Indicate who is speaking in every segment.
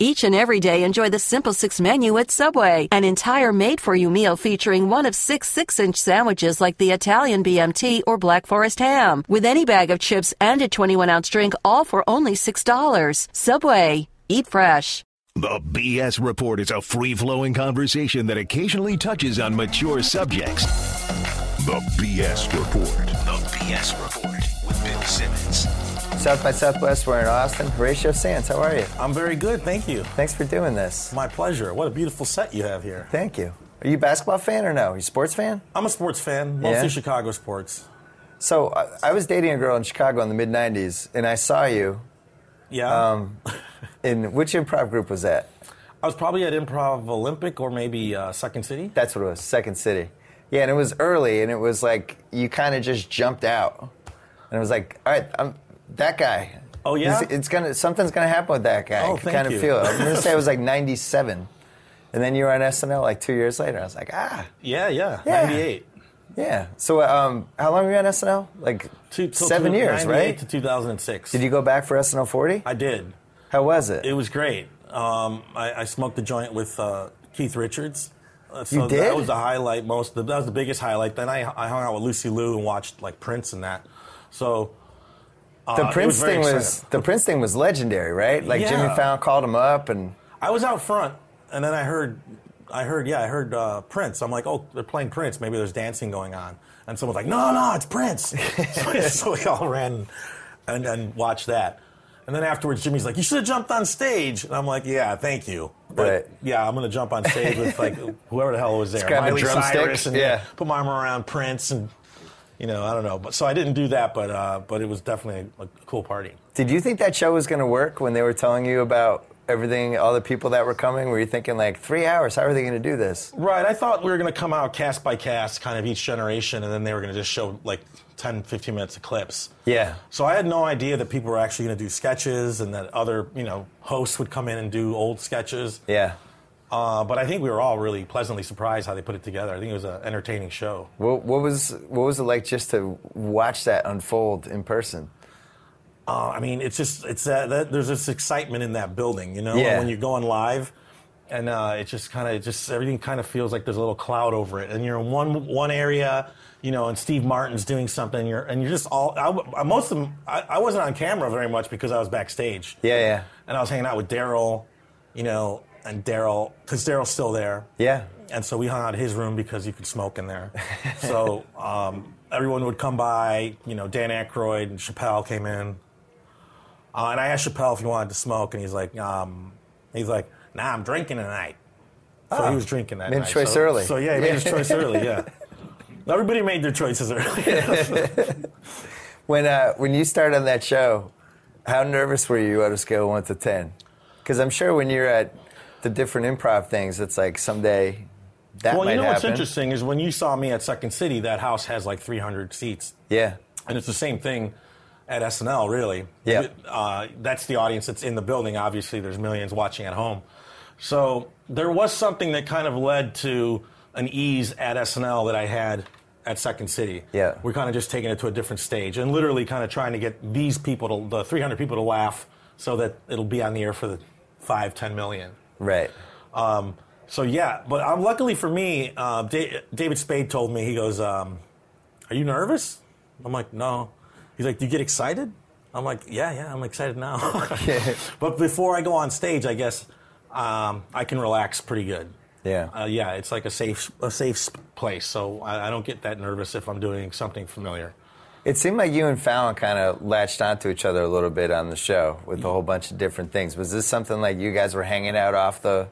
Speaker 1: Each and every day, enjoy the Simple Six menu at Subway, an entire made for you meal featuring one of six six inch sandwiches like the Italian BMT or Black Forest ham, with any bag of chips and a 21 ounce drink, all for only $6. Subway, eat fresh.
Speaker 2: The BS Report is a free flowing conversation that occasionally touches on mature subjects.
Speaker 3: The BS Report.
Speaker 4: The BS Report with Bill Simmons.
Speaker 5: South by Southwest, we're in Austin. Horatio Sands, how are you?
Speaker 6: I'm very good, thank you.
Speaker 5: Thanks for doing this.
Speaker 6: My pleasure. What a beautiful set you have here.
Speaker 5: Thank you. Are you a basketball fan or no? Are you a sports fan?
Speaker 6: I'm a sports fan, mostly
Speaker 5: Yeah?
Speaker 6: Chicago sports.
Speaker 5: So, I, I was dating a girl in Chicago in the mid 90s, and I saw you
Speaker 6: Yeah.
Speaker 5: um, in which improv group was that?
Speaker 6: I was probably at Improv Olympic or maybe uh, Second City.
Speaker 5: That's what it was, Second City. Yeah, and it was early, and it was like you kind of just jumped out. And it was like, all right, I'm that guy.
Speaker 6: Oh, yeah?
Speaker 5: It's, it's gonna, something's going to happen with that guy.
Speaker 6: Oh,
Speaker 5: I could
Speaker 6: thank
Speaker 5: kind
Speaker 6: you.
Speaker 5: of feel it. I'm going to say it was like 97. And then you were on SNL like two years later. I was like, ah.
Speaker 6: Yeah, yeah.
Speaker 5: Yeah.
Speaker 6: 98.
Speaker 5: Yeah. So, um, how long were you on SNL? Like
Speaker 6: Two- till
Speaker 5: seven
Speaker 6: two-
Speaker 5: years,
Speaker 6: 98
Speaker 5: right?
Speaker 6: to 2006.
Speaker 5: Did you go back for SNL 40?
Speaker 6: I did.
Speaker 5: How was it?
Speaker 6: It was great. Um, I, I smoked a joint with uh, Keith Richards. Uh, so
Speaker 5: You did?
Speaker 6: That was the highlight. Most that was the biggest highlight. Then I, I hung out with Lucy Liu and watched like Prince and that. So uh,
Speaker 5: the
Speaker 6: it
Speaker 5: Prince
Speaker 6: very
Speaker 5: thing was
Speaker 6: exciting.
Speaker 5: the Prince thing was legendary, right? Like Jimmy
Speaker 6: Yeah.
Speaker 5: Fallon called him up, and
Speaker 6: I was out front, and then I heard, I heard, yeah, I heard uh, Prince. I'm like, oh, they're playing Prince. Maybe there's dancing going on. And someone's like, no, no, it's Prince. so, so we all ran and, and watched that. And then afterwards, Jimmy's like, you should have jumped on stage. And I'm like, yeah, thank you. But
Speaker 5: Right.
Speaker 6: yeah, I'm gonna jump on stage with like whoever the hell was there,
Speaker 5: grab a
Speaker 6: Miley
Speaker 5: drumstick,
Speaker 6: Cyrus, and
Speaker 5: yeah.
Speaker 6: put my arm around Prince, and you know, I don't know. But so I didn't do that, but uh, but it was definitely a, a cool party.
Speaker 5: did you think that show was going to work when they were telling you about everything, all the people that were coming? Were you thinking like three hours? How are they going to do this?
Speaker 6: Right. I thought we were going to come out cast by cast, kind of each generation, and then they were going to just show like 10, 15 minutes of clips.
Speaker 5: Yeah.
Speaker 6: So I had no idea that people were actually going to do sketches and that other, you know, hosts would come in and do old sketches.
Speaker 5: Yeah.
Speaker 6: Uh, but I think we were all really pleasantly surprised how they put it together. I think it was an entertaining show.
Speaker 5: What, what was what was it like just to watch that unfold in person?
Speaker 6: Uh, I mean, it's just it's that, that there's this excitement in that building, you know,
Speaker 5: Yeah.
Speaker 6: when you're going live, and uh, it just kind of just everything kind of feels like there's a little cloud over it, and you're in one one area, you know, and Steve Martin's doing something, and you're and you're just all I, w- I- most of them I, I wasn't on camera very much because I was backstage,
Speaker 5: Yeah, yeah,
Speaker 6: and I was hanging out with Daryl, you know, and Daryl because Daryl's still there,
Speaker 5: yeah.
Speaker 6: and so we hung out at his room because you could smoke in there. so um, everyone would come by. You know, Dan Aykroyd and Chappelle came in, uh, and I asked Chappelle if he wanted to smoke, and he's like, um, he's like, Nah, I'm drinking tonight. So he was drinking that
Speaker 5: Oh. Made a
Speaker 6: night.
Speaker 5: choice
Speaker 6: so,
Speaker 5: early.
Speaker 6: So yeah, he made his
Speaker 5: Yeah.
Speaker 6: choice early. Yeah. Everybody made their choices early.
Speaker 5: When uh, when you started on that show, how nervous were you at a scale of one to ten? Because I'm sure when you're at the different improv things, it's like someday that
Speaker 6: well,
Speaker 5: might
Speaker 6: you know
Speaker 5: happen.
Speaker 6: what's interesting is when you saw me at Second City, that house has like 300 seats.
Speaker 5: Yeah,
Speaker 6: And it's the same thing at SNL, really.
Speaker 5: Yeah.
Speaker 6: Uh, that's the audience that's in the building. Obviously, there's millions watching at home. So there was something that kind of led to an ease at SNL that I had at Second City.
Speaker 5: Yeah.
Speaker 6: We're kind of just taking it to a different stage and literally kind of trying to get these people, to, the 300 people, to laugh so that it'll be on the air for the five, 10 million.
Speaker 5: right.
Speaker 6: Um, so yeah, but um, luckily for me, uh, da- David Spade told me he goes, um, "Are you nervous?" I'm like, "No." He's like, "Do you get excited?" I'm like, "Yeah, yeah, I'm excited now." but before I go on stage, I guess um, I can relax pretty good.
Speaker 5: Yeah.
Speaker 6: Uh, yeah, it's like a safe, a safe s- place, so I, I don't get that nervous if I'm doing something familiar.
Speaker 5: It seemed like you and Fallon kind of latched onto each other a little bit on the show with a whole bunch of different things. Was this something like you guys were hanging out off the,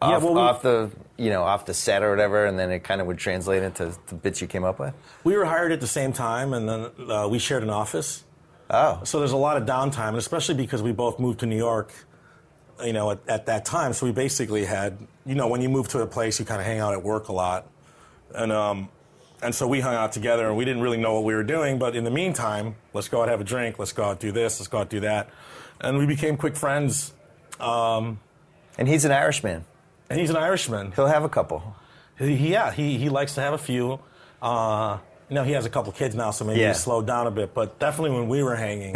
Speaker 5: off,
Speaker 6: Yeah, well, we-
Speaker 5: off the, you know, off the set or whatever, and then it kind of would translate into the bits you came up with?
Speaker 6: We were hired at the same time, and then uh, we shared an office.
Speaker 5: Oh,
Speaker 6: So there's a lot of downtime, and especially because we both moved to New York, you know, at, at that time. So we basically had, you know, when you move to a place, you kind of hang out at work a lot, and um, and so we hung out together, and we didn't really know what we were doing. But in the meantime, let's go out have a drink, let's go out do this, let's go out do that, and we became quick friends. Um,
Speaker 5: and he's an Irishman.
Speaker 6: and he's an Irishman.
Speaker 5: He'll have a couple.
Speaker 6: He, yeah, he, he likes to have a few. Uh, now he has a couple kids now, so maybe
Speaker 5: Yeah.
Speaker 6: he slowed down a bit. But definitely when we were hanging,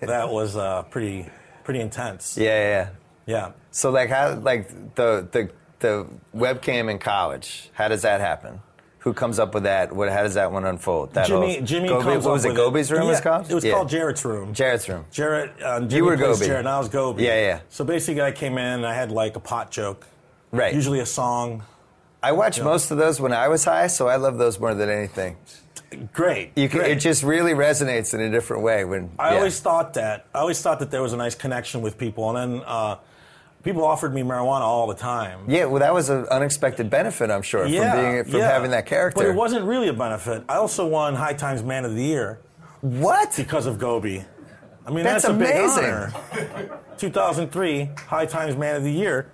Speaker 6: that was uh, pretty pretty intense.
Speaker 5: Yeah, yeah. yeah.
Speaker 6: Yeah.
Speaker 5: So like how like the the the webcam in college? How does that happen? Who comes up with that? What? How does that one unfold? That
Speaker 6: Jimmy,
Speaker 5: whole-
Speaker 6: Jimmy
Speaker 5: Gobe-
Speaker 6: comes
Speaker 5: What was
Speaker 6: up
Speaker 5: it?
Speaker 6: with
Speaker 5: Goby's room?
Speaker 6: Yeah,
Speaker 5: was called.
Speaker 6: It was
Speaker 5: Yeah.
Speaker 6: called Jarrett's room.
Speaker 5: Jarrett's room.
Speaker 6: Jarrett, um, Jimmy
Speaker 5: were
Speaker 6: plays
Speaker 5: Gobi.
Speaker 6: Jarrett, and I was Gobi.
Speaker 5: Yeah, yeah.
Speaker 6: So basically, I came in and I had like a pot joke,
Speaker 5: Right.
Speaker 6: Usually a song.
Speaker 5: I watched most of those when I was high, so I love those more than anything.
Speaker 6: Great.
Speaker 5: You can,
Speaker 6: great.
Speaker 5: it just really resonates in a different way when
Speaker 6: I
Speaker 5: yeah.
Speaker 6: always thought that. I always thought that there was a nice connection with people, and then uh, people offered me marijuana all the time.
Speaker 5: Yeah, well, that was an unexpected benefit, I'm sure, from being from
Speaker 6: yeah.
Speaker 5: having that character.
Speaker 6: But it wasn't really a benefit. I also won High Times Man of the Year
Speaker 5: what?
Speaker 6: because of Gobi. I mean,
Speaker 5: That's
Speaker 6: that's, a big
Speaker 5: amazing.
Speaker 6: honor. 2003 High Times Man of the Year,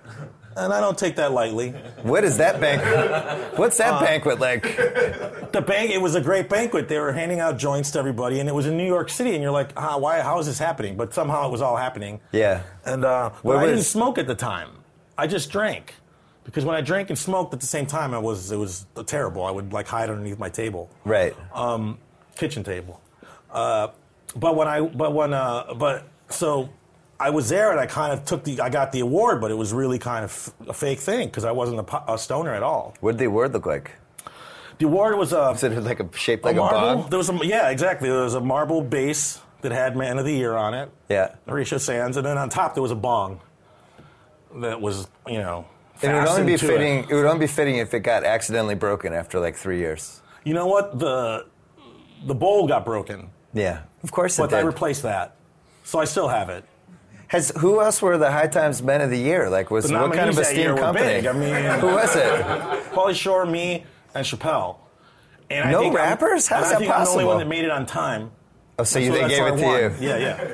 Speaker 6: and I don't take that lightly.
Speaker 5: What is that banquet? What's that
Speaker 6: Uh,
Speaker 5: banquet like?
Speaker 6: The bank, it was a great banquet. They were handing out joints to everybody, and it was in New York City. And you're like, ah, why? How is this happening? But somehow it was all happening.
Speaker 5: Yeah.
Speaker 6: And uh, but
Speaker 5: What
Speaker 6: I didn't
Speaker 5: was-
Speaker 6: smoke at the time. I just drank, because when I drank and smoked at the same time, I was it was terrible. I would like hide underneath my table,
Speaker 5: Right.
Speaker 6: um, kitchen table. Uh, but when I but when uh, but so. I was there and I kind of took the I got the award, but it was really kind of a fake thing because I wasn't a, po- a stoner at all.
Speaker 5: What did the award look like?
Speaker 6: The award was a
Speaker 5: Is it like a shaped like a,
Speaker 6: marble.
Speaker 5: bomb?
Speaker 6: There was a yeah, exactly. There was a marble base that had Man of the Year on it.
Speaker 5: Yeah.
Speaker 6: Horatio Sands, and then on top there was a bong. That was you know.
Speaker 5: It would only be
Speaker 6: fastened to it.
Speaker 5: fitting. It. would only be fitting if it got accidentally broken after like three years.
Speaker 6: You know what the the bowl got broken,
Speaker 5: Yeah, of course it
Speaker 6: but they
Speaker 5: did.
Speaker 6: replaced that, so I still have it.
Speaker 5: Has who else were the High Times Men of the Year? Like was
Speaker 6: The
Speaker 5: what kind of
Speaker 6: nominees that year
Speaker 5: esteemed
Speaker 6: were
Speaker 5: company?
Speaker 6: big. I mean-
Speaker 5: who was it?
Speaker 6: Pauly Shore, me, and Chappelle. And
Speaker 5: No
Speaker 6: I'm-
Speaker 5: rappers? How's
Speaker 6: and I
Speaker 5: that
Speaker 6: think I'm the
Speaker 5: possible?
Speaker 6: only one that made it on time.
Speaker 5: Oh, so you,
Speaker 6: So
Speaker 5: they
Speaker 6: that's
Speaker 5: gave
Speaker 6: why
Speaker 5: it
Speaker 6: I
Speaker 5: to
Speaker 6: won.
Speaker 5: you.
Speaker 6: Yeah, yeah,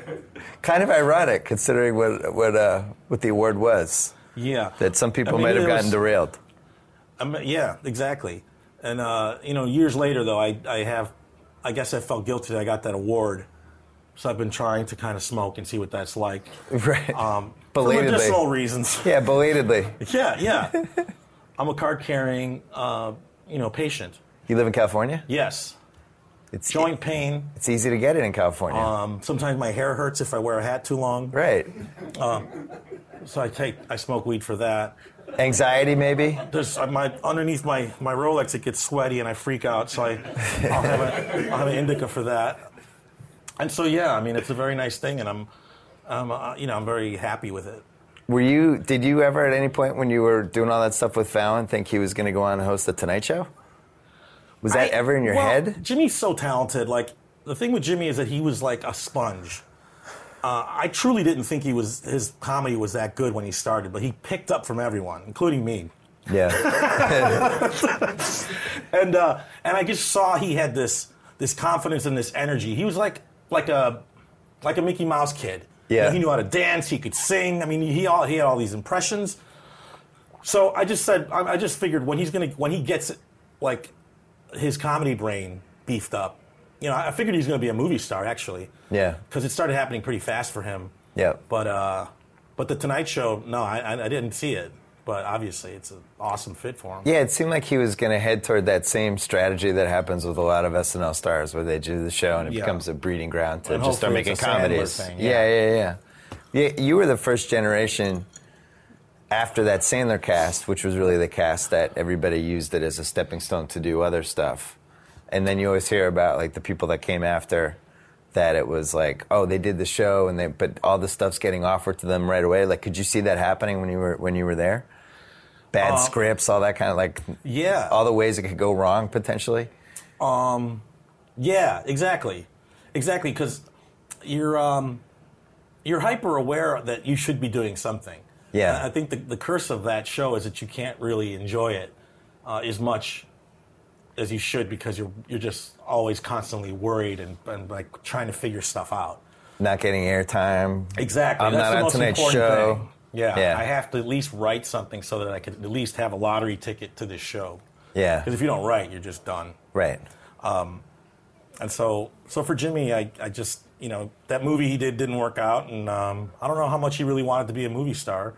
Speaker 5: Kind of ironic considering what what uh, what the award was.
Speaker 6: yeah.
Speaker 5: That some people
Speaker 6: I mean,
Speaker 5: might have
Speaker 6: there
Speaker 5: gotten
Speaker 6: was-
Speaker 5: derailed.
Speaker 6: I mean, yeah, exactly. And uh, you know, years later though, I, I have, I guess I felt guilty that I got that award, so I've been trying to kind of smoke and see what that's like,
Speaker 5: Right.
Speaker 6: um, for
Speaker 5: Belatedly.
Speaker 6: medicinal reasons.
Speaker 5: Yeah, belatedly.
Speaker 6: yeah, yeah. I'm a card-carrying, uh, you know, patient.
Speaker 5: You live in California?
Speaker 6: Yes,
Speaker 5: It's
Speaker 6: joint pain.
Speaker 5: It's easy to get it in California.
Speaker 6: Um, sometimes my hair hurts if I wear a hat too long,
Speaker 5: right.
Speaker 6: so I take, I smoke weed for that.
Speaker 5: Anxiety maybe?
Speaker 6: There's uh, my underneath my, my Rolex, it gets sweaty and I freak out, so I, I'll, have a, I'll have an indica for that. And so yeah, I mean it's a very nice thing, and I'm, I'm uh, you know I'm very happy with it.
Speaker 5: Were you did you ever at any point when you were doing all that stuff with Fallon think he was gonna go on and host the Tonight Show? Was that
Speaker 6: I-
Speaker 5: ever in your
Speaker 6: well,
Speaker 5: head?
Speaker 6: Jimmy's so talented. Like the thing with Jimmy is that he was like a sponge. Uh, I truly didn't think he was his comedy was that good when he started, but he picked up from everyone, including me.
Speaker 5: Yeah.
Speaker 6: and uh, and I just saw he had this this confidence and this energy. He was like like a like a Mickey Mouse kid. You
Speaker 5: Yeah.
Speaker 6: know, he knew how to dance. He could sing. I mean, he all he had all these impressions. So I just said I, I just figured when he's gonna when he gets like his comedy brain beefed up. You know, I I figured he's going to be a movie star actually.
Speaker 5: Yeah.
Speaker 6: Because it started happening pretty fast for him.
Speaker 5: Yeah.
Speaker 6: But uh, but the Tonight Show, no, I, I I didn't see it. But obviously, it's an awesome fit for him.
Speaker 5: Yeah, it seemed like he was gonna head toward that same strategy that happens with a lot of SNL stars where they do the show and it
Speaker 6: Yeah.
Speaker 5: becomes a breeding ground to
Speaker 6: And
Speaker 5: just start
Speaker 6: hopefully
Speaker 5: making
Speaker 6: it's a Sandler
Speaker 5: comedies.
Speaker 6: thing,
Speaker 5: yeah. yeah, yeah, yeah. Yeah, you were the first generation after that Sandler cast, which was really the cast that everybody used it as a stepping stone to do other stuff. And then you always hear about like the people that came after that it was like, oh, they did the show and they but all the stuff's getting offered to them right away. Like could you see that happening when you were when you were there? Bad
Speaker 6: Uh,
Speaker 5: scripts, all that kind of like
Speaker 6: Yeah.
Speaker 5: all the ways it could go wrong potentially.
Speaker 6: Um, yeah, exactly, exactly. Because you're um, you're hyper aware that you should be doing something.
Speaker 5: Yeah.
Speaker 6: And I think the, the curse of that show is that you can't really enjoy it uh, as much as you should because you're you're just always constantly worried and, and like trying to figure stuff out.
Speaker 5: Not getting airtime.
Speaker 6: Exactly.
Speaker 5: I'm
Speaker 6: That's
Speaker 5: not
Speaker 6: the
Speaker 5: on
Speaker 6: most
Speaker 5: tonight's
Speaker 6: important
Speaker 5: show.
Speaker 6: Thing. Yeah,
Speaker 5: Yeah.
Speaker 6: I have to at least write something so that I could at least have a lottery ticket to this show.
Speaker 5: Yeah.
Speaker 6: Because if you don't write, you're just done.
Speaker 5: Right.
Speaker 6: And so, so for Jimmy, I, I just, you know, that movie he did didn't work out, and um, I don't know how much he really wanted to be a movie star.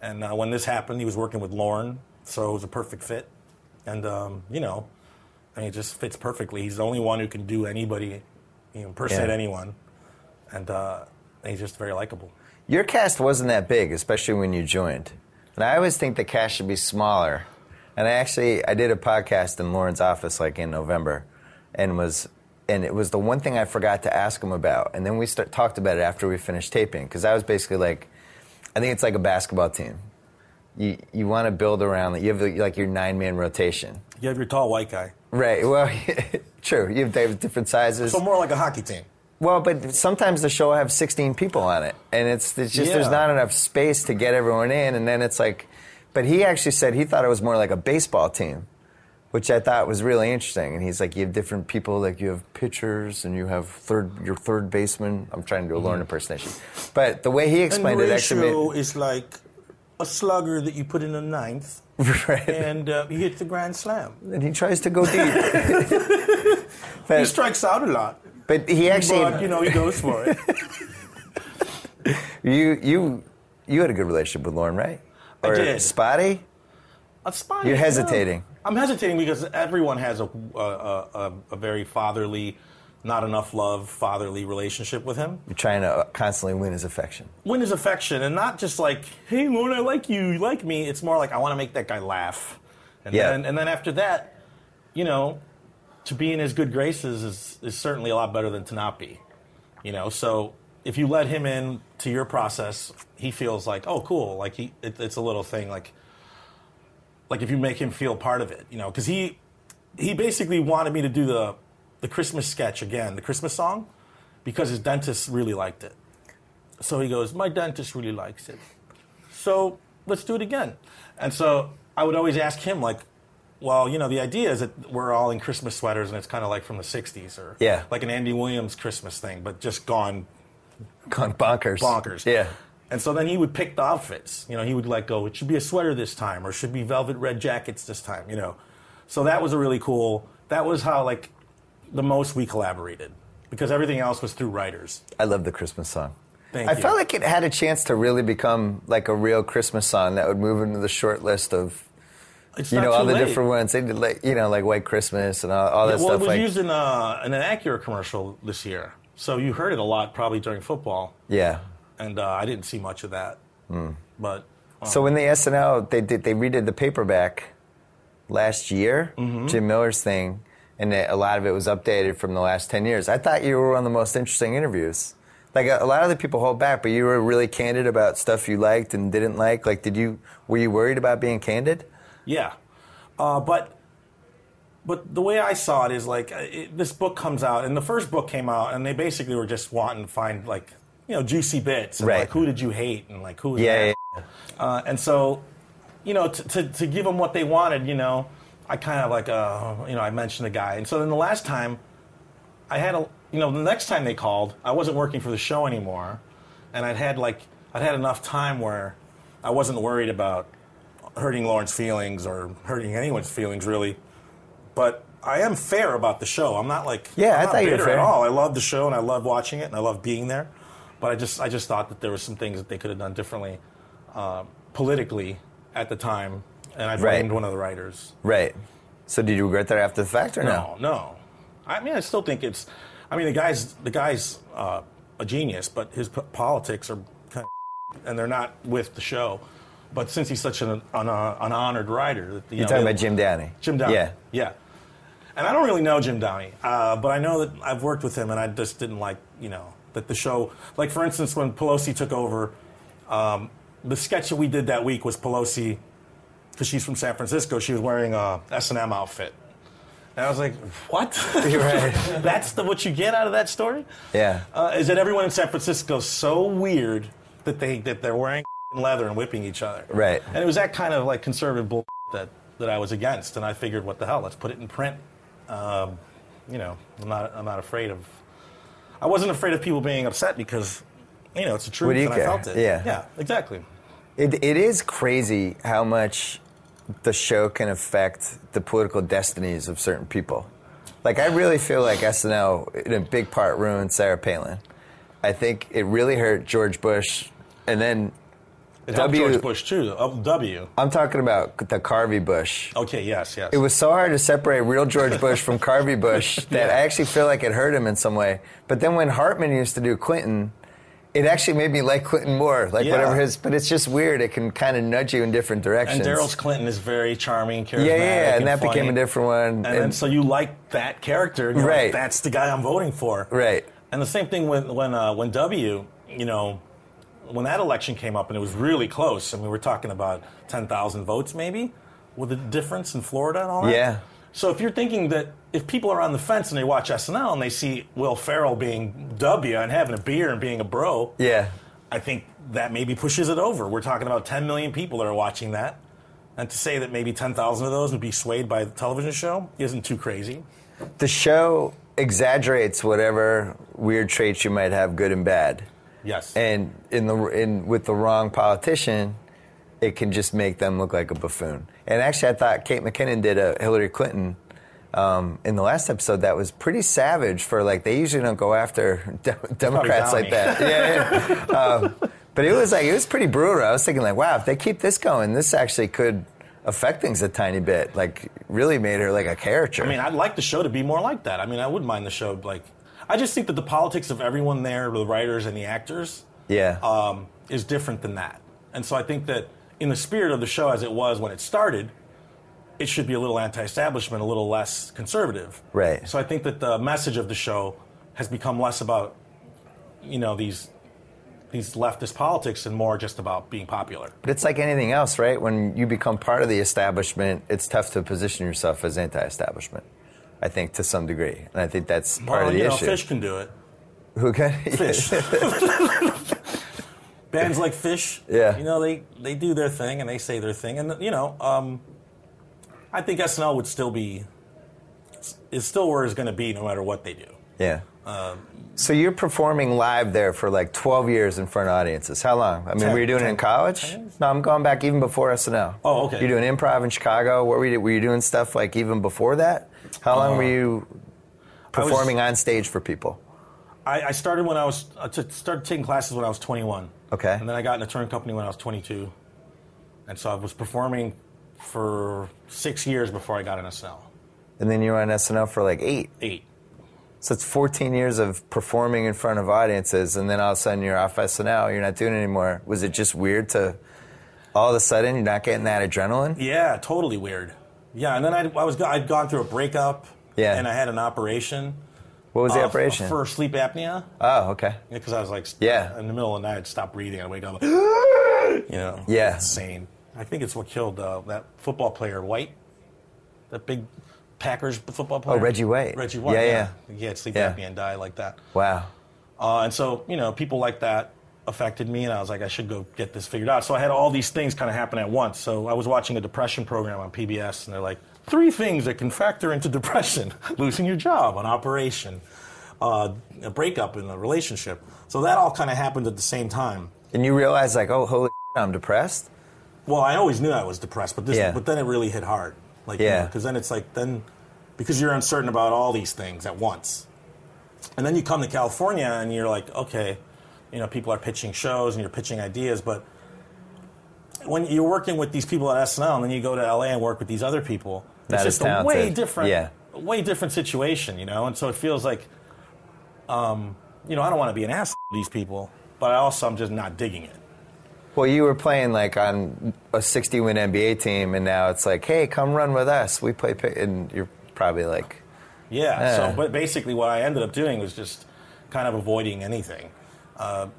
Speaker 6: And uh, when this happened, he was working with Lauren, so it was a perfect fit. And um, you know, I mean, it just fits perfectly. He's the only one who can do anybody, you know, impersonate
Speaker 5: Yeah.
Speaker 6: anyone, and, uh, and he's just very likable.
Speaker 5: Your cast wasn't that big, especially when you joined. And I always think the cast should be smaller. And I actually I did a podcast in Lauren's office like in November, and was and it was the one thing I forgot to ask him about. And then we start, talked about it after we finished taping because I was basically like, I think it's like a basketball team. You you want to build around that. You have like your nine man rotation.
Speaker 6: You have your tall white guy.
Speaker 5: Right. Well, true. You have they have different sizes.
Speaker 6: So more like a hockey team.
Speaker 5: Well, but sometimes the show will have 16 people on it, and it's, it's just there's
Speaker 6: Yeah.
Speaker 5: not enough space to get everyone in, and then it's like, but he actually said he thought it was more like a baseball team, which I thought was really interesting. And he's like, you have different people, like you have pitchers, and you have third your third baseman. I'm trying to do a Lauren impersonation, but the way he explained
Speaker 6: Mm-hmm. and
Speaker 5: it actually
Speaker 6: ratio
Speaker 5: made,
Speaker 6: is like a slugger that you put in the ninth,
Speaker 5: Right.
Speaker 6: and uh, he hits the grand slam.
Speaker 5: and he tries to go deep,
Speaker 6: He strikes out a lot,
Speaker 5: but he actually
Speaker 6: but you know he goes for it.
Speaker 5: you you you had a good relationship with Lauren, right?
Speaker 6: I
Speaker 5: or
Speaker 6: did.
Speaker 5: Spotty.
Speaker 6: I'm spying.
Speaker 5: You're
Speaker 6: yeah.
Speaker 5: hesitating.
Speaker 6: I'm hesitating because everyone has a, a, a, a- a very fatherly, not enough love, fatherly relationship with him.
Speaker 5: You're trying to constantly win his affection.
Speaker 6: Win his affection, and not just like, hey, Lauren, I like you, you like me. It's more like, I want to make that guy laugh. And,
Speaker 5: Yeah.
Speaker 6: then, and then after that, you know, to be in his good graces is, is certainly a lot better than to not be. You know, so if you let him in to your process, he feels like, oh, cool. Like, he, it, it's a little thing. Like, like if you make him feel part of it, you know, because he he basically wanted me to do the the Christmas sketch again, the Christmas song, because his dentist really liked it. So he goes, my dentist really likes it, so let's do it again. And so I would always ask him like. Well, you know, the idea is that we're all in Christmas sweaters, and it's kind of like from the '60s, or
Speaker 5: Yeah.
Speaker 6: like an Andy Williams Christmas thing, but just gone
Speaker 5: Gone bonkers.
Speaker 6: bonkers.
Speaker 5: Yeah.
Speaker 6: And so then he would pick the outfits. You know, he would like go, it should be a sweater this time, or it should be velvet red jackets this time, you know. So that was a really cool, that was how like the most we collaborated because everything else was through writers.
Speaker 5: I love the Christmas song.
Speaker 6: Thank
Speaker 5: I
Speaker 6: you.
Speaker 5: felt like it had a chance to really become like a real Christmas song that would move into the short list of
Speaker 6: It's
Speaker 5: you
Speaker 6: not
Speaker 5: know all
Speaker 6: too
Speaker 5: the
Speaker 6: late.
Speaker 5: different ones. They did like you know like White Christmas and all, all that
Speaker 6: well,
Speaker 5: stuff.
Speaker 6: it was
Speaker 5: like
Speaker 6: used in, uh, in an Acura commercial this year. So you heard it a lot probably during football.
Speaker 5: yeah.
Speaker 6: And uh, I didn't see much of that.
Speaker 5: Hmm.
Speaker 6: But uh,
Speaker 5: So when the SNL they did they redid the paperback last year,
Speaker 6: Mm-hmm.
Speaker 5: Jim Miller's thing, and it, a lot of it was updated from the last ten years. I thought you were one of the most interesting interviews. Like a, a lot of the people hold back, but you were really candid about stuff you liked and didn't like. Like, did you were you worried about being candid?
Speaker 6: Yeah, uh, but but the way I saw it is like uh, it, this book comes out, and the first book came out, and they basically were just wanting to find like you know juicy bits, and,
Speaker 5: Right.
Speaker 6: Like who did you hate, and like who was
Speaker 5: Yeah,
Speaker 6: that?
Speaker 5: yeah,
Speaker 6: Uh, and so you know to, to to give them what they wanted, you know, I kind of like uh, you know I mentioned the guy, and so then the last time I had a you know the next time they called, I wasn't working for the show anymore, and I'd had like I'd had enough time where I wasn't worried about hurting Lauren's feelings or hurting anyone's feelings really. But I am fair about the show. I'm not like
Speaker 5: Yeah,
Speaker 6: I'm
Speaker 5: I
Speaker 6: not
Speaker 5: thought you were
Speaker 6: bitter
Speaker 5: fair.
Speaker 6: at all. I love the show and I love watching it and I love being there. But I just I just thought that there were some things that they could have done differently uh, politically at the time, and I
Speaker 5: Right.
Speaker 6: blamed one of the writers.
Speaker 5: Right. So did you regret that after the fact or
Speaker 6: No, no. I mean, I still think it's. I mean, the guy's the guy's uh, a genius, but his p- politics are kind of, and they're not with the show. But since he's such an an, uh, an honored writer, that, you
Speaker 5: You're
Speaker 6: know,
Speaker 5: talking
Speaker 6: they-
Speaker 5: about Jim Downey.
Speaker 6: Jim Downey.
Speaker 5: Yeah.
Speaker 6: yeah. And I don't really know Jim Downey, uh, but I know that I've worked with him, and I just didn't like you know that the show. Like for instance, when Pelosi took over, um, the sketch that we did that week was Pelosi, because she's from San Francisco. She was wearing a S and M outfit. And I was like, "What?
Speaker 5: right.
Speaker 6: That's the, what you get out of that story?
Speaker 5: Yeah.
Speaker 6: Uh, is that everyone in San Francisco is so weird that they that they're wearing leather and whipping each other?
Speaker 5: Right.
Speaker 6: And it was that kind of like conservative bull that that I was against, and I figured, what the hell? Let's put it in print. Um, you know, I'm not I'm not afraid of. I wasn't afraid of people being upset because, you know, it's the truth,
Speaker 5: do you
Speaker 6: and
Speaker 5: care?
Speaker 6: I felt it.
Speaker 5: Yeah.
Speaker 6: Yeah. Exactly.
Speaker 5: It, it is crazy how much the show can affect the political destinies of certain people. Like, I really feel like SNL, in a big part, ruined Sarah Palin. I think it really hurt George Bush. And then
Speaker 6: It helped
Speaker 5: W-
Speaker 6: George Bush too. Uh, W.
Speaker 5: I'm talking about the Carvey Bush.
Speaker 6: Okay. Yes. Yes.
Speaker 5: It was so hard to separate real George Bush from Carvey Bush that I actually feel like it hurt him in some way. But then when Hartman used to do Clinton, it actually made me like Clinton more, like
Speaker 6: Yeah.
Speaker 5: whatever his. But it's just weird. It can kind of nudge you in different
Speaker 6: And
Speaker 5: directions.
Speaker 6: Daryl's Clinton is very charming, charismatic.
Speaker 5: yeah, yeah, and that
Speaker 6: funny.
Speaker 5: became a different one.
Speaker 6: And, then so you like that character, and you're
Speaker 5: Right.
Speaker 6: like, that's the guy I'm voting for.
Speaker 5: Right.
Speaker 6: And the same thing when when uh, when W, you know, when that election came up and it was really close. I mean, we're talking about ten thousand votes, maybe, with the difference in Florida and all that.
Speaker 5: Yeah.
Speaker 6: So if you're thinking that if people are on the fence and they watch SNL and they see Will Ferrell being W and having a beer and being a bro,
Speaker 5: yeah,
Speaker 6: I think that maybe pushes it over. We're talking about 10 million people that are watching that. And to say that maybe 10,000 of those would be swayed by the television show isn't too crazy.
Speaker 5: the show exaggerates whatever weird traits you might have, good and bad.
Speaker 6: Yes.
Speaker 5: And in the in with the wrong politician, it can just make them look like a buffoon. And actually, I thought Kate McKinnon did a Hillary Clinton um, in the last episode that was pretty savage for like they usually don't go after de- Democrats
Speaker 6: Downey.
Speaker 5: like that. Yeah. yeah. um, but it was like it was pretty brutal. I was thinking like, wow, if they keep this going, this actually could affect things a tiny bit. Like, really made her like a character.
Speaker 6: I mean, I'd like the show to be more like that. I mean, I wouldn't mind the show. Like, I just think that the politics of everyone there, the writers and the actors,
Speaker 5: yeah.
Speaker 6: um, is different than that. And so I think that in the spirit of the show as it was when it started, it should be a little anti establishment, a little less conservative.
Speaker 5: Right.
Speaker 6: So I think that the message of the show has become less about, you know, these these leftist politics and more just about being popular.
Speaker 5: But it's like anything else, right? When you become part of the establishment, it's tough to position yourself as anti-establishment. I think to some degree, and I think that's part
Speaker 6: Well,
Speaker 5: of the
Speaker 6: you know,
Speaker 5: issue.
Speaker 6: fish can do it.
Speaker 5: Who can?
Speaker 6: Fish. Bands like Fish,
Speaker 5: Yeah.
Speaker 6: you know, they, they do their thing and they say their thing. And, you know, um, I think SNL would still be, is still where it's going to be no matter what they do.
Speaker 5: yeah.
Speaker 6: Um,
Speaker 5: so you're performing live there for like 12 years in front of audiences. How long? I mean,
Speaker 6: Ten-
Speaker 5: were you doing it in
Speaker 6: ten-
Speaker 5: college?
Speaker 6: ten years?
Speaker 5: No, I'm going back even before SNL.
Speaker 6: Oh, okay.
Speaker 5: You're doing improv in Chicago. What were you? Were you doing stuff like even before that? How long were you
Speaker 6: Uh, was-
Speaker 5: performing on stage for people?
Speaker 6: I, I started when I was, I took started taking classes when I was 21.
Speaker 5: Okay.
Speaker 6: And then I got in a touring company when I was 22. And so I was performing for six years before I got in SNL.
Speaker 5: And then you were on SNL for like eight.
Speaker 6: Eight.
Speaker 5: So it's 14 years of performing in front of audiences, and then all of a sudden you're off SNL, you're not doing it anymore. Was it just weird to all of a sudden you're not getting that adrenaline?
Speaker 6: Yeah, totally weird. Yeah, and then I, I was go- I'd gone through a breakup.
Speaker 5: Yeah.
Speaker 6: And I had an operation.
Speaker 5: What was the
Speaker 6: uh, f-
Speaker 5: operation?
Speaker 6: For sleep apnea.
Speaker 5: oh, okay.
Speaker 6: Because I was like,
Speaker 5: Yeah.
Speaker 6: in the middle of the night, I'd stop breathing. I'd wake up, like, you know.
Speaker 5: Yeah.
Speaker 6: Insane. I think it's what killed uh, that football player, White, that big Packers football player.
Speaker 5: Oh, Reggie White.
Speaker 6: Reggie White.
Speaker 5: Yeah,
Speaker 6: Yeah,
Speaker 5: yeah.
Speaker 6: He had sleep
Speaker 5: Yeah.
Speaker 6: apnea and died like that.
Speaker 5: Wow.
Speaker 6: Uh, and so, you know, people like that affected me, and I was like, I should go get this figured out. So I had all these things kind of happen at once. So I was watching a depression program on PBS, and they're like, three things that can factor into depression losing your job, an operation, uh, a breakup in a relationship. So that all kind of happened at the same time.
Speaker 5: And you realize, like, oh, holy shit, I'm depressed?
Speaker 6: Well, I always knew I was depressed, but this,
Speaker 5: Yeah.
Speaker 6: but then it really hit hard. Like,
Speaker 5: Yeah.
Speaker 6: because then it's like then because you're uncertain about all these things at once, and then you come to California and you're like, okay, you know, people are pitching shows and you're pitching ideas, but when you're working with these people at SNL and then you go to LA and work with these other people,
Speaker 5: Not as
Speaker 6: it's just a
Speaker 5: talented.
Speaker 6: way different,
Speaker 5: Yeah.
Speaker 6: way different situation, you know, and so it feels like, um, you know, I don't want to be an ass to these people, but I also I'm just not digging it.
Speaker 5: Well, you were playing like on a 60 win NBA team, and now it's like, hey, come run with us. We play, pick, and you're probably like,
Speaker 6: Yeah.
Speaker 5: Yeah.
Speaker 6: So, but basically, what I ended up doing was just kind of avoiding anything.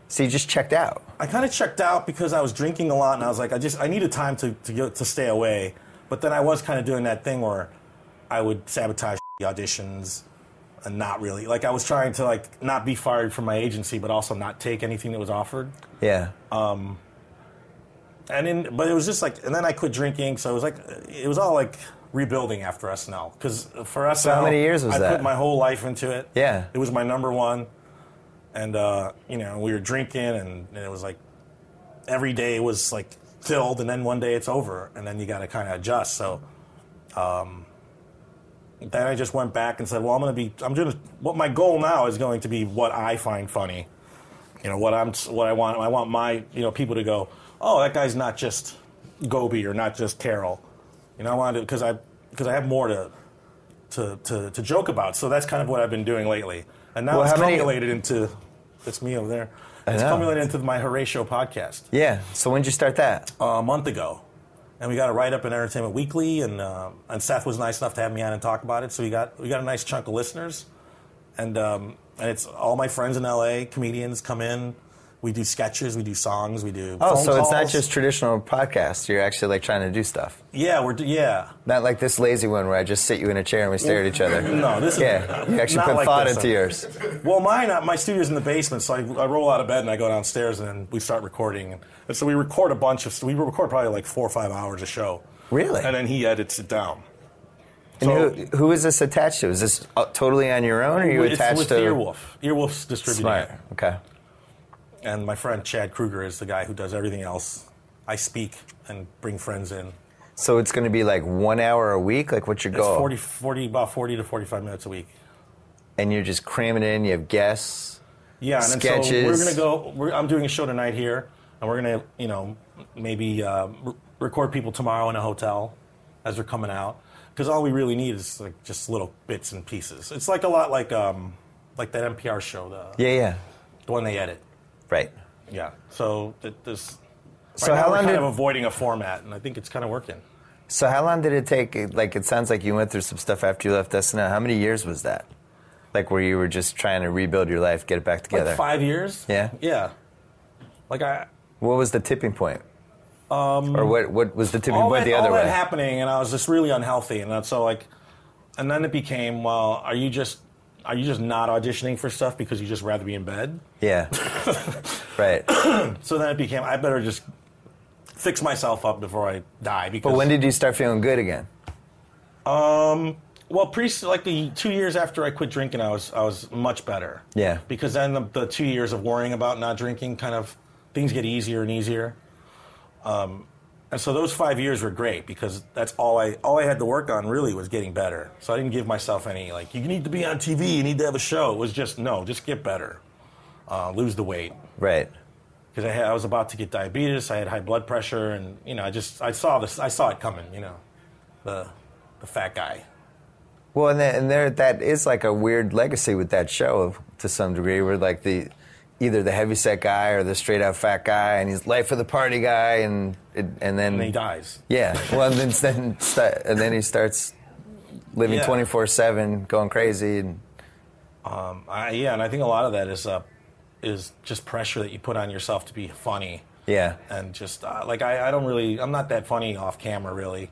Speaker 5: so you just checked out.
Speaker 6: I kind of checked out because I was drinking a lot, and I was like, I just I needed time to to, get, to stay away. But then I was kind of doing that thing where I would sabotage the auditions and not really like I was trying to like not be fired from my agency, but also not take anything that was offered.
Speaker 5: Yeah.
Speaker 6: Uh, And then, but it was just like, and then I quit drinking, so it was like, it was all like rebuilding after SNL. Because for SNL,
Speaker 5: how many years was
Speaker 6: I
Speaker 5: that?
Speaker 6: put my whole life into it.
Speaker 5: Yeah.
Speaker 6: it was my number one, and uh, you know, we were drinking, and, and it was like every day was like filled, and then one day it's over, and then you got to kind of adjust. So, um, then I just went back and said, well, I'm going to be, I'm doing what my goal now is going to be what I find funny you know what I'm what I want I want my you know people to go oh that guy's not just Gobi or not just Carol you know I want to because I because I have more to to, to to joke about so that's kind of what I've been doing lately and now
Speaker 5: Well,
Speaker 6: it's
Speaker 5: how many-
Speaker 6: culminated into it's me over there It's
Speaker 5: know.
Speaker 6: coming into my Horatio podcast
Speaker 5: Yeah. So when did you start that?
Speaker 6: a month ago, and we got a write up in Entertainment Weekly, and uh, and Seth was nice enough to have me on and talk about it. So we got we got a nice chunk of listeners, and um, and it's all my friends in LA, comedians come in. We do sketches, we do songs, we do.
Speaker 5: Oh,
Speaker 6: phone
Speaker 5: so it's not
Speaker 6: calls.
Speaker 5: just traditional podcasts. You're actually like trying to do stuff.
Speaker 6: yeah, we're do- yeah.
Speaker 5: Not like this lazy one where I just sit you in a chair and we stare at each other.
Speaker 6: No, this is
Speaker 5: Yeah, you actually
Speaker 6: not
Speaker 5: put
Speaker 6: like
Speaker 5: thought
Speaker 6: this.
Speaker 5: into yours.
Speaker 6: Well, mine, uh, my studio's in the basement, so I, I roll out of bed and I go downstairs and then we start recording. And so we record a bunch of, we record probably like four or five hours a show.
Speaker 5: Really?
Speaker 6: And then he edits it down.
Speaker 5: And
Speaker 6: So-
Speaker 5: who, who is this attached to? Is this uh, totally on your own, or are you
Speaker 6: it's
Speaker 5: attached
Speaker 6: with
Speaker 5: to?
Speaker 6: Earwolf. Earwolf's distributing
Speaker 5: Smart.
Speaker 6: it.
Speaker 5: Okay.
Speaker 6: And my friend Chad Kruger is the guy who does everything else. I speak and bring friends in.
Speaker 5: So it's going to be like one hour a week. Like what's your
Speaker 6: It's
Speaker 5: goal?
Speaker 6: 40, 40, about 40 to 45 minutes a week.
Speaker 5: And you're just cramming it in. You have guests.
Speaker 6: Yeah, and then so we're
Speaker 5: Sketches.
Speaker 6: gonna go. We're, I'm doing a show tonight here, and we're gonna, you know, maybe uh, re- record people tomorrow in a hotel as they're coming out, because all we really need is like just little bits and pieces. It's like a lot like um, like that NPR show, the,
Speaker 5: Yeah, yeah.
Speaker 6: the one they edit.
Speaker 5: Right.
Speaker 6: Yeah. So th- this.
Speaker 5: So
Speaker 6: right now
Speaker 5: how
Speaker 6: we're
Speaker 5: long
Speaker 6: kind
Speaker 5: did-
Speaker 6: of avoiding a format, and I think it's kind of working.
Speaker 5: So how long did it take? Like it sounds like you went through some stuff after you left SNL. How many years was that? Like where you were just trying to rebuild your life, get it back together.
Speaker 6: Like five years.
Speaker 5: Yeah.
Speaker 6: Yeah. Like I.
Speaker 5: What was the tipping point? Um, or what, what was the tipping
Speaker 6: all
Speaker 5: point
Speaker 6: that,
Speaker 5: the other
Speaker 6: all
Speaker 5: way?
Speaker 6: that happening, and I was just really unhealthy, and that's so like, and then it became, well, are you just, are you just not auditioning for stuff because you just rather be in bed?
Speaker 5: Yeah. right.
Speaker 6: So then it became, I better just fix myself up before I die. Because
Speaker 5: But when did you start feeling good again?
Speaker 6: well, pre like the two years after I quit drinking, I was I was much better.
Speaker 5: Yeah.
Speaker 6: Because then the, the two years of worrying about not drinking, kind of things get easier and easier. Um, and so those five years were great because that's all I all I had to work on really was getting better. So I didn't give myself any like you need to be on TV, you need to have a show. It was just no, just get better, uh, lose the weight
Speaker 5: Right.
Speaker 6: because I, had- I was about to get diabetes. I had high blood pressure, and you know I just I saw this I saw it coming. You know, the the fat guy.
Speaker 5: Well, and, that, and there that is like a weird legacy with that show to some degree, where like the either the heavyset guy or the straight out fat guy, and he's life of the party guy, and it, and then
Speaker 6: And he dies.
Speaker 5: Yeah. Well, and then then sta- and then he starts living
Speaker 6: Yeah.
Speaker 5: twenty four seven, going crazy, and
Speaker 6: I, yeah, and I think a lot of that is uh, is just pressure that you put on yourself to be funny,
Speaker 5: yeah.
Speaker 6: and just uh, like I, I don't really, I'm not that funny off camera really.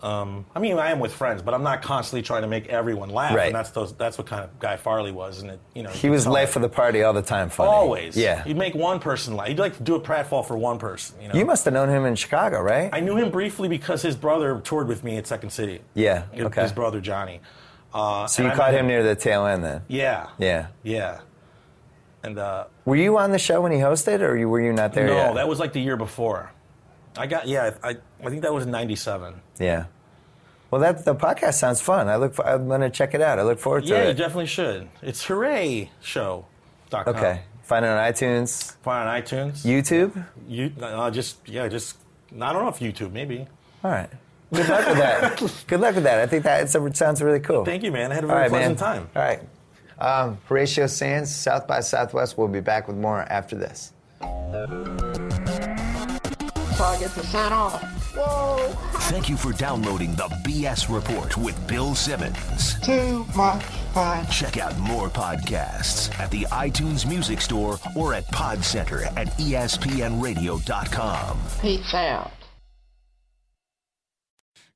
Speaker 6: Um, I mean, I am with friends, but I'm not constantly trying to make everyone laugh,
Speaker 5: Right.
Speaker 6: and that's those, that's what kind of guy Farley was, and it, you know, you
Speaker 5: He
Speaker 6: could
Speaker 5: was
Speaker 6: tell
Speaker 5: life
Speaker 6: that.
Speaker 5: of the party all the time. Funny.
Speaker 6: always,
Speaker 5: Yeah.
Speaker 6: You'd make one person laugh. You'd like do a pratfall for one person, you know.
Speaker 5: You must have known him in Chicago, right?
Speaker 6: Oh. I knew him briefly because his brother toured with me at Second City.
Speaker 5: Yeah,
Speaker 6: His-
Speaker 5: okay.
Speaker 6: His brother Johnny. Uh,
Speaker 5: so
Speaker 6: and
Speaker 5: you
Speaker 6: I
Speaker 5: caught
Speaker 6: met
Speaker 5: him near the tail end then.
Speaker 6: Yeah.
Speaker 5: Yeah.
Speaker 6: Yeah. And uh,
Speaker 5: Were you on the show when he hosted, or you- were you not there
Speaker 6: No,
Speaker 5: yet?
Speaker 6: that was like the year before. I got yeah, I I think that was '97.
Speaker 5: Yeah. Well, that the podcast sounds fun. I look. For, I'm gonna check it out. I look forward to
Speaker 6: Yeah, you
Speaker 5: it.
Speaker 6: definitely should. It's hooray show.
Speaker 5: Okay. Find it on iTunes,
Speaker 6: Find on iTunes.
Speaker 5: YouTube.
Speaker 6: you uh, just yeah, just I don't know if YouTube maybe.
Speaker 5: All right. Good luck with that. Good luck with that. I think that it's, it sounds really cool.
Speaker 6: Thank you, man. I had a
Speaker 5: All
Speaker 6: very
Speaker 5: right, man.
Speaker 6: pleasant time.
Speaker 5: All right. Um, Horatio Sands, South by Southwest. We'll be back with more after this.
Speaker 7: so I get the sign off. Whoa,
Speaker 4: Thank you for downloading the BS Report with Bill Simmons.
Speaker 7: too much fun.
Speaker 4: Check out more podcasts at the iTunes Music Store or at Podcenter at E ESPNRadio.com.
Speaker 7: Peace out.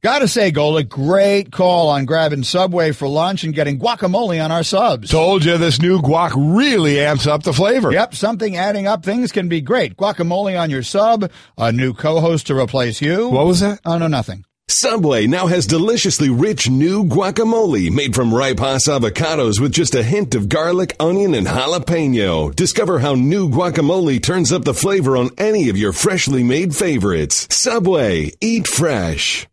Speaker 8: Gotta say, Gola, great call on grabbing Subway for lunch and getting guacamole on our subs.
Speaker 3: Told you this new guac really amps up the flavor.
Speaker 8: Yep, something adding up. Things can be great. Guacamole on your sub, a new co-host to replace you.
Speaker 3: What was that?
Speaker 8: Oh, no, nothing.
Speaker 9: Subway now has deliciously rich new guacamole made from ripe Hass avocados with just a hint of garlic, onion, and jalapeno. Discover how new guacamole turns up the flavor on any of your freshly made favorites. Subway, eat fresh.